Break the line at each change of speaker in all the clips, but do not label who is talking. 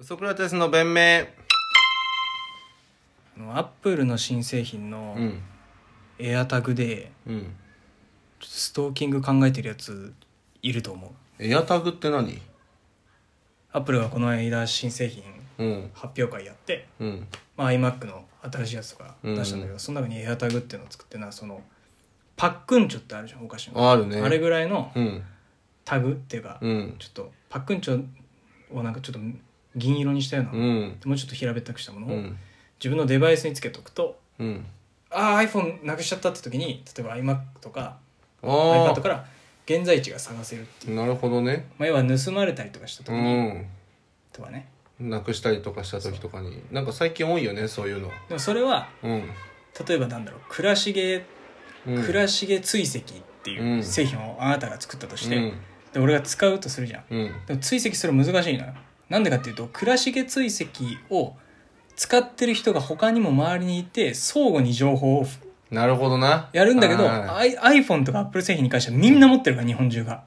ソクラテスの弁明
あのアップルの新製品の
うん
エアタグで
うん
ちょっとストーキング考えてるやついると思う
エアタグって何
アップルがこの間新製品
うん
発表会やって、
うん
まあ、iMac の新しいやつとか出したんだけど、その中にエアタグっていうのを作ってなそのパックンチョってあるじゃんお菓子の
あるね
あれぐらいの
うん
タグっていうか、
うん
ちょっとパックンチョをなんかちょっと銀色にしたような、
うん
もうちょっと平べったくしたもの
う
を、
ん
自分のデバイスにつけとくと
うん
ああ iPhone なくしちゃったって時に例えば iMac とか
あ
iPad から現在地が探せるっていう、
あなるほどね
まあ、要は盗まれたりとかした時
う
に、
ん
とかね
なくしたりとかした時とかになんか最近多いよねそういうの
でもそれは
うん
例えばなんだろう倉重
うん
倉重追跡っていううん製品をあなたが作ったとして、
うん
で俺が使うとするじゃん
うん
でも追跡するの難しいのよなんでかっていうと倉重追跡を使ってる人が他にも周りにいて相互に情報を
なるほどな
やるんだけど
は
I- iPhone とか Apple 製品に関してはみんな持ってるから日本中が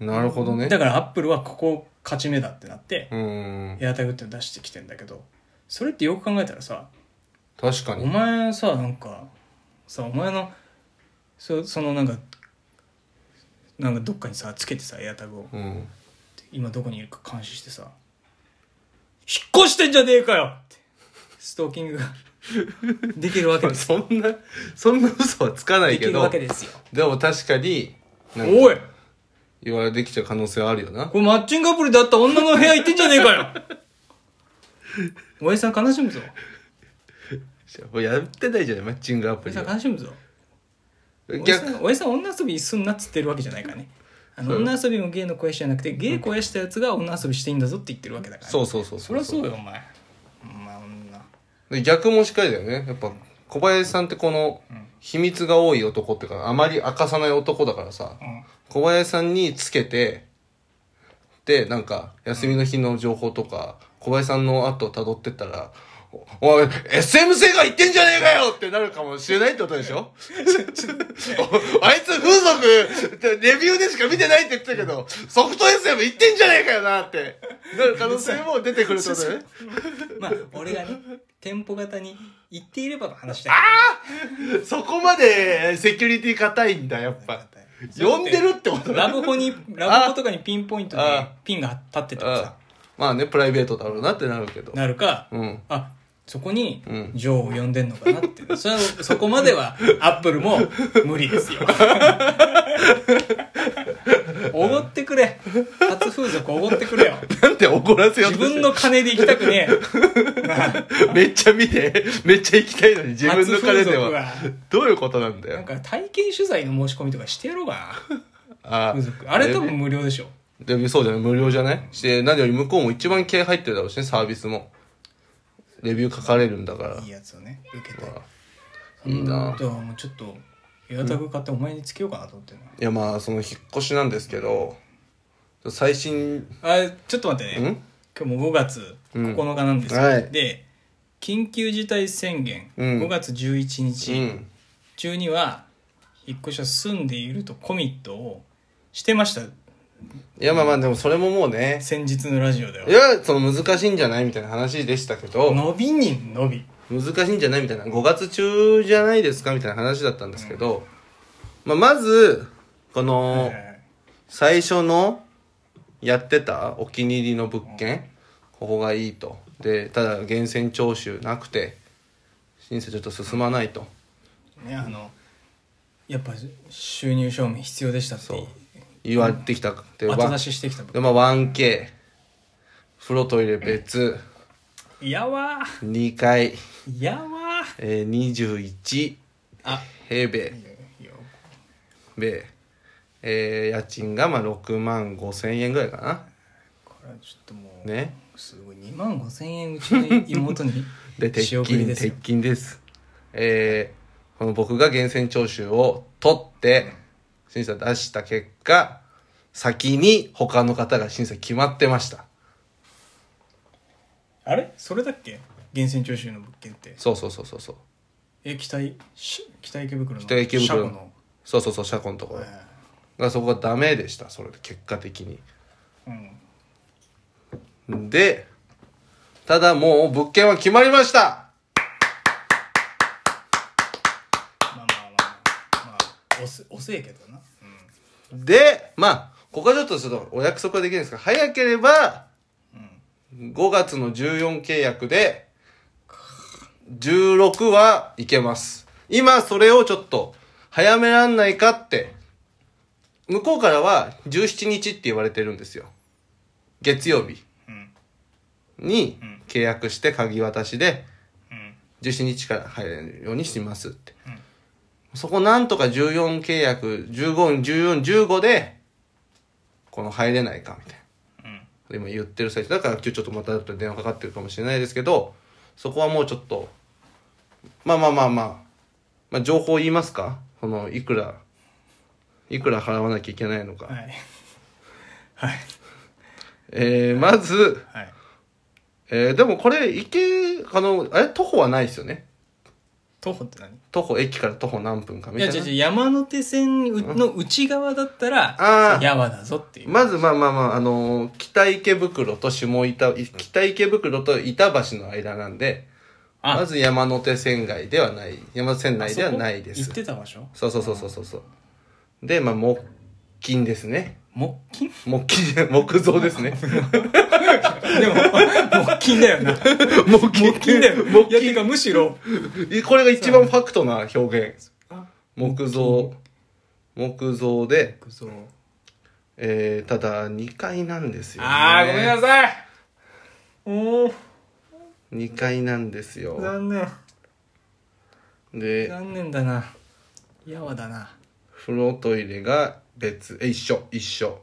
いなるほどね
だからアップルはここ勝ち目だってなって、
うん
エアタグっていうの出してきてんだけどそれってよく考えたらさ
確か
お
に
前さなんかさお前のそそのなんかなんかどっかにさつけてさエアタグを
うん
今どこにいるか監視してさ「引っ越してんじゃねえかよ!」ってストーキングが できるわけです
そん なそんな嘘はつかない
でき
け
る
ど
わけですよ
でも確かになんか
おい
言われてきちゃう可能性はあるよな
これマッチングアプリで会った女の部屋行ってんじゃねえかよ おやじさん悲しむぞ
やってないじゃないマッチングア
お
プ
や
リ
じさん
は
悲しむぞおやじ
逆
さんおやじさん女遊びすんなっつってるわけじゃないからねあの
そう
女遊びも芸の肥やしじゃなくて芸肥やしたやつが女遊びしていいんだぞって言ってるわけだから、
そううそうそう
そりゃそうよお前お前女
で逆もしかりだよねやっぱ小林さんってこの秘密が多い男っていうかあまり明かさない男だからさ
うん
小林さんにつけてでなんか休みの日の情報とか小林さんの後をたどってったら「おお前 SM 性が言ってんじゃねえかよ!」ってなるかもしれないってことでしょ おあいつ風俗ってレビューでしか見てないって言ってたけどソフト SM 言ってんじゃねえかよなってなる可能性も出てくるってことだよね
まあ俺がね店舗型に行っていればの話だ
そこまでセキュリティ硬いんだ、やっぱ。呼んでるってこと
ラ
だ。
ブホにラブホとかにピンポイントで
あ
ピンが立ってても
あ
さ
まあね、プライベートだろうなってなるけど。
なるか、
うん。
あそこに
うん
女王を呼んでんのかなって、それはそこま ではアップルも無理ですよおごってくれ初風俗おごってくれよ
なんて怒らせよう
自
として
分の金で行きたくねえなあ
めっちゃ見て、めっちゃ行きたいのに自分の彼では。
初風俗
どういうことなんだ
なん
よ。
か体験取材の申し込みとかしてやろうか
あ
な風俗あれ多分無料でしょ
でもそうじゃない無料じゃないして、何より向こうも一番気合入ってるだろうしね、サービスも。レビュー書かれるんだから
いい。やつをね受けて
いいな
うんじゃあもうちょっとエアタグ買ってお前につけようかなと思ってるの
いやまあ、その引っ越しなんですけど、最新、
あちょっと待ってね
ん
今日も5月
うん
9日なんですよ、
はい
で緊急事態宣言、
うん
5月11
う
日
ん。
中には引っ越しは住んでいるとコミットをしてました
いやまあまあ、でもそれももうね、
先日のラジオではい
や、その難しいんじゃないみたいな話でしたけど、
伸びに伸び
難しいんじゃないみたいな、5月中じゃないですかみたいな話だったんですけど、まあ、まず、こ
はい
の
はい、はい
最初のやってたお気に入りの物件、ここがいいと。で、ただ源泉徴収なくて、申請ちょっと進まないと。
ねあのやっぱ収入証明必要でしたって
そう言われてきた。で、わ
後出ししてきた
でまあ 1K、風呂トイレ別、
やわ
2階、
ーやわー
えー、21
あ
平米。
いいよ
で、えー家賃がまあ6万5千円ぐらいか
これはちょっともう
なね
すごい2万5千円うちの妹に
で鉄筋
仕送りです
鉄
よ
筋ですえーこの僕が源泉徴収を取って審査出した結果先に他の方が審査決まってました
あれそれだっけ源泉徴収の物件って
そうそうそうそうそう
え北井し北池袋の
北池袋
車庫
のそうそうそう車庫のところ
え
だからそこがダメでしたそれで結果的に
ーうん
でただもう物件は決まりました
まあまあまあ、まあ、おせ遅いけどな、
で、まあ、ここはちょっとちょっとお約束はできないんですが、早ければ、5月の14契約で、16はいけます。今、それをちょっと、早めらんないかって、向こうからは17日って言われてるんですよ。月曜日
うん
に
ん
契約して鍵渡しで、
うんうん
17日から入れるようにしますって、
うん
そこなんとか14契約151415でこの入れないかみたい
うん
な今言ってる最中だから今日ちょっとまた後で電話かかってるかもしれないですけどそこはもうちょっとまあまあまあまあ、まあ、情報言いますかこのいくらいくら払わなきゃいけないのか、
はいはい
えー、まず、
はい
えー、でもこれ行けあのあれ徒歩はないですよね
徒歩って何
徒歩駅から徒歩何分かみ
い
た
や
いな
違う違う山手線の内側だった
あ
ら
ー
やわだぞっていう、
まずまあまあまあ、あのー北池袋と下板、北池袋と板橋の間なんで、
あ
まず山手線外ではない、山手線内ではないで
そ
す
こ行っ。てた場所
そうそうそうそうそうそう。で、まあ、木金ですね。
木金
木金じゃ、 木造ですね。
でも木金だよな
木金
木金だよ木金がむしろ
これが一番ファクトな表現。
あ
木造。木造で、
木造
えー、ただ2階なんですよ、ね。
あーごめんなさいおお
2階なんですよ。
残念
で、
残念だなやわだな
風呂トイレが別え一緒一緒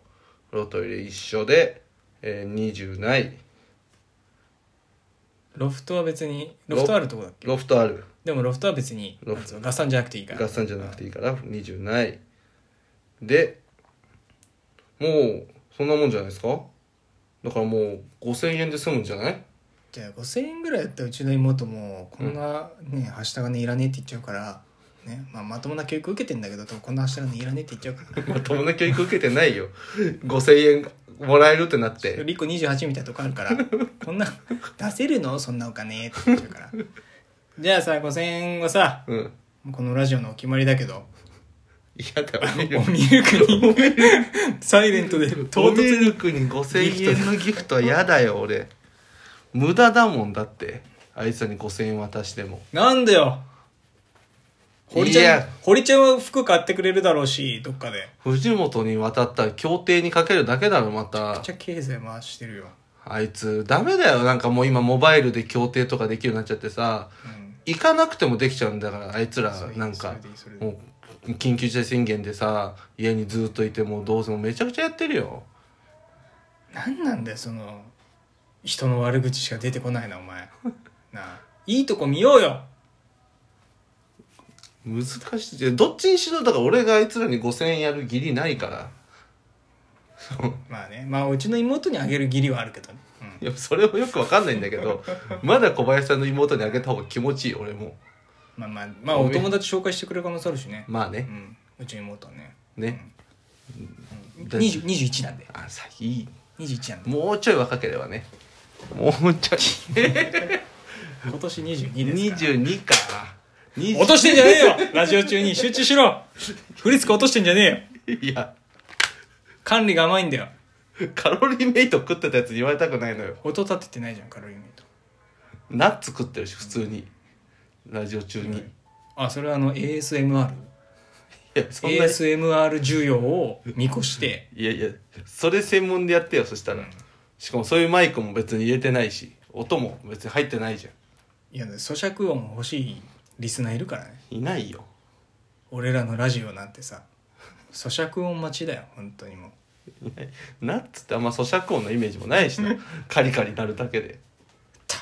風呂トイレ一緒で、えー、20ない
ロフトは別にロフトあるとこだっけ
ロフトある
でもロフトは別に
ロフト
なんつうの合算じゃなくていいから
合算じゃなくていいから20ないでもうそんなもんじゃないですかだからもう5000円で済むんじゃない
じゃあ5000円ぐらいやったらうちの妹もこんなね、はした金いらねえって言っちゃうから、ねまあ、まともな教育受けてんだけど多分こんなはした金いらねえって言っちゃうか ら
まともな教育受けてないよ5000円もらえるってなって
リコ28みたいなとこあるからこんな出せるのそんなお金って言っちゃうからじゃあさ5000円はさ
うん
このラジオのお決まりだけど
嫌だわ
おミルクに サイレントで唐
トミ
突に
ルクに5000円のギフトは嫌だよ俺無駄だもんだってあいつらに5000円渡しても
なんだよ堀ち
い
ゃん
や
堀ちゃんは服買ってくれるだろうしどっかで
藤本に渡ったら協定にかけるだけだろま
め
た
っちゃ経済回してるよ、
あいつダメだよなんかもう今モバイルで協定とかできるようになっちゃってさ
うん
行かなくてもできちゃうんだからあいつら
そういい
なんか
それでいいそれでいい
もう緊急事態宣言でさ家にずっといてもうどうせもうめちゃくちゃやってるよ
なんなんだよその人の悪口しか出てこないなお 前なあいいとこ見ようよ
難しいいやどっちにしろだから俺があいつらに5000円やる義理ないから
まあねまあうちの妹にあげる義理はあるけどね、うん
いやそれもよくわかんないんだけどまだ小林さんの妹にあげた方が気持ちいい俺も
まあまあまあお友達紹介してくれる可能性あるしね、
まあ
う
ね
ん、うちの妹はね
ねだ
20 21なんで
あさいい
21なんで
もうちょい若ければねもうちょい
今年22ですから
22か20
落としてんじゃねえよラジオ中に集中しろ振り付け落としてんじゃねえ よ
いや
管理が甘いんだよ
カロリーメイト食ってたやつに言われたくないのよ
音立ててないじゃんカロリーメイト
ナッツ食ってるし普通にラジオ中に、い
あそれはあの ASMR
やそんな、
ASMR 需要を見越して
いやいやそれ専門でやってよそしたら、
うん
しかもそういうマイクも別に入れてないし音も別に入ってないじゃ
いや咀嚼音欲しいリスナーいるからね
んいないよ
俺らのラジオなんてさ咀嚼音待ちだよ本当にもう
いないナッツってあんま咀嚼音のイメージもない しなカリカリなるだけで
た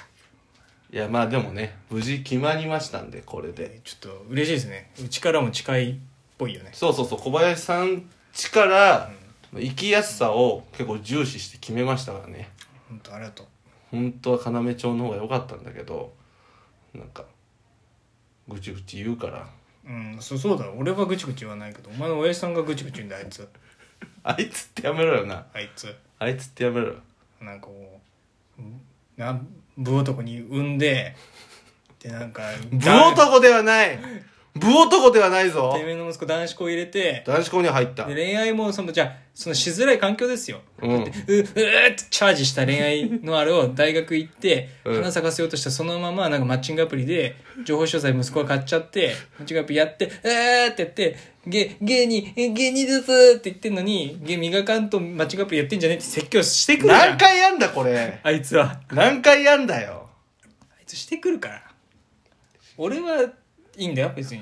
いやまあでもね無事決まりましたんでこれで
ちょっと嬉しいですねうちからも近いっぽいよね
そうそうそう小林さんちから生きやすさを結構重視して決めましたからね
本当ありがとう
本当は要町の方が良かったんだけどなんかぐちぐち言うから
うんそうそうだろ俺はぐちぐち言わないけどお前の親父さんがぐちぐち言うんだよあいつ
あいつってやめろよな
あいつ
あいつってやめろよ
なんかこうな部男に産んででなん か
ブ男ではないブ男ではないぞ
てめえの息子男子校入れて
男子校には入った
で。恋愛もそのじゃあそのしづらい環境ですよ
うん。
ううーってチャージした恋愛のあれを大学行って
うん
花咲かせようとしたそのままなんかマッチングアプリで情報詳細息子が買っちゃってマッチングアプリやって「えー」ってやって「ゲゲにえゲにです」って言ってんのにゲ磨かんとマッチングアプリやってんじゃねえって説教してくるじゃ
何
ん
回やんだこれ。
あいつは
何回やんだよ。
あいつしてくるから俺はいいんだよ別に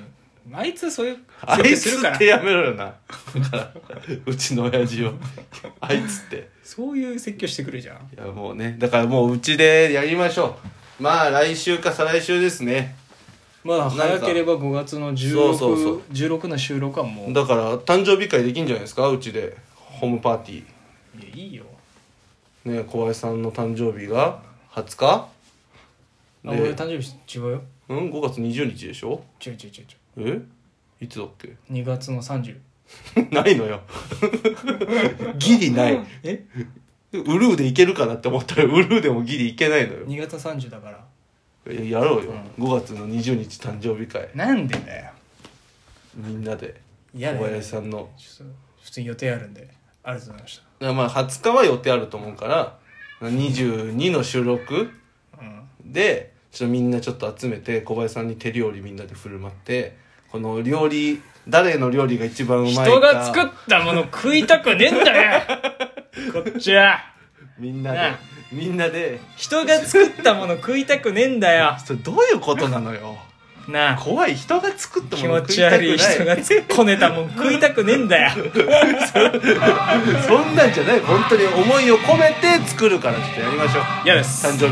あいつはそういう
あいつ
するか
っ
ら
てやめろよな。だからうちの親父を。あいつって。
そういう説教してくるじゃん
いやもうね、だからもううちでやりましょう。まあ来週か再来週ですね。
まあ
んか
早ければ5月の16
そうそうそう
16の収録はもう
だから誕生日会できんじゃないですかうちで。ホームパーティ
いやいいよ
ー。ね小林さんの誕生日が20日
あ
で
俺誕生日違うよ
うん ?5 月20日でしょ
違う違う違う
えいつだっけ
違う2月の30
ないのよ。ギリない。
え
ウルーでいけるかなって思ったらウルーでもギリいけないのよ
2月の30だから
えやろうよ、5月の20日誕生日会
なんでだよ
みんなで小
嫌だよ
林さんの
ちょっと普通に予定あるんでありがとうございまし
いやまあ20日は予定あると思うから22の収録
たうん
でちょっとみんなちょっと集めて小林さんに手料理みんなで振る舞ってこの料理誰の料理が一番うまいか
人が作ったもの食いたくねえんだよ こっちは
みんなで
なあ
みんなで
人が作ったもの食いたくねえんだよ
それどういうことなのよ
なあ
怖い人が作った
気
もの
持
食い
ち
たくない
悪い人がつこねたもん食いたくねえんだ よ
そんなんじゃない本当に思いを込めて作るからちょっとやりましょう
嫌です
誕生日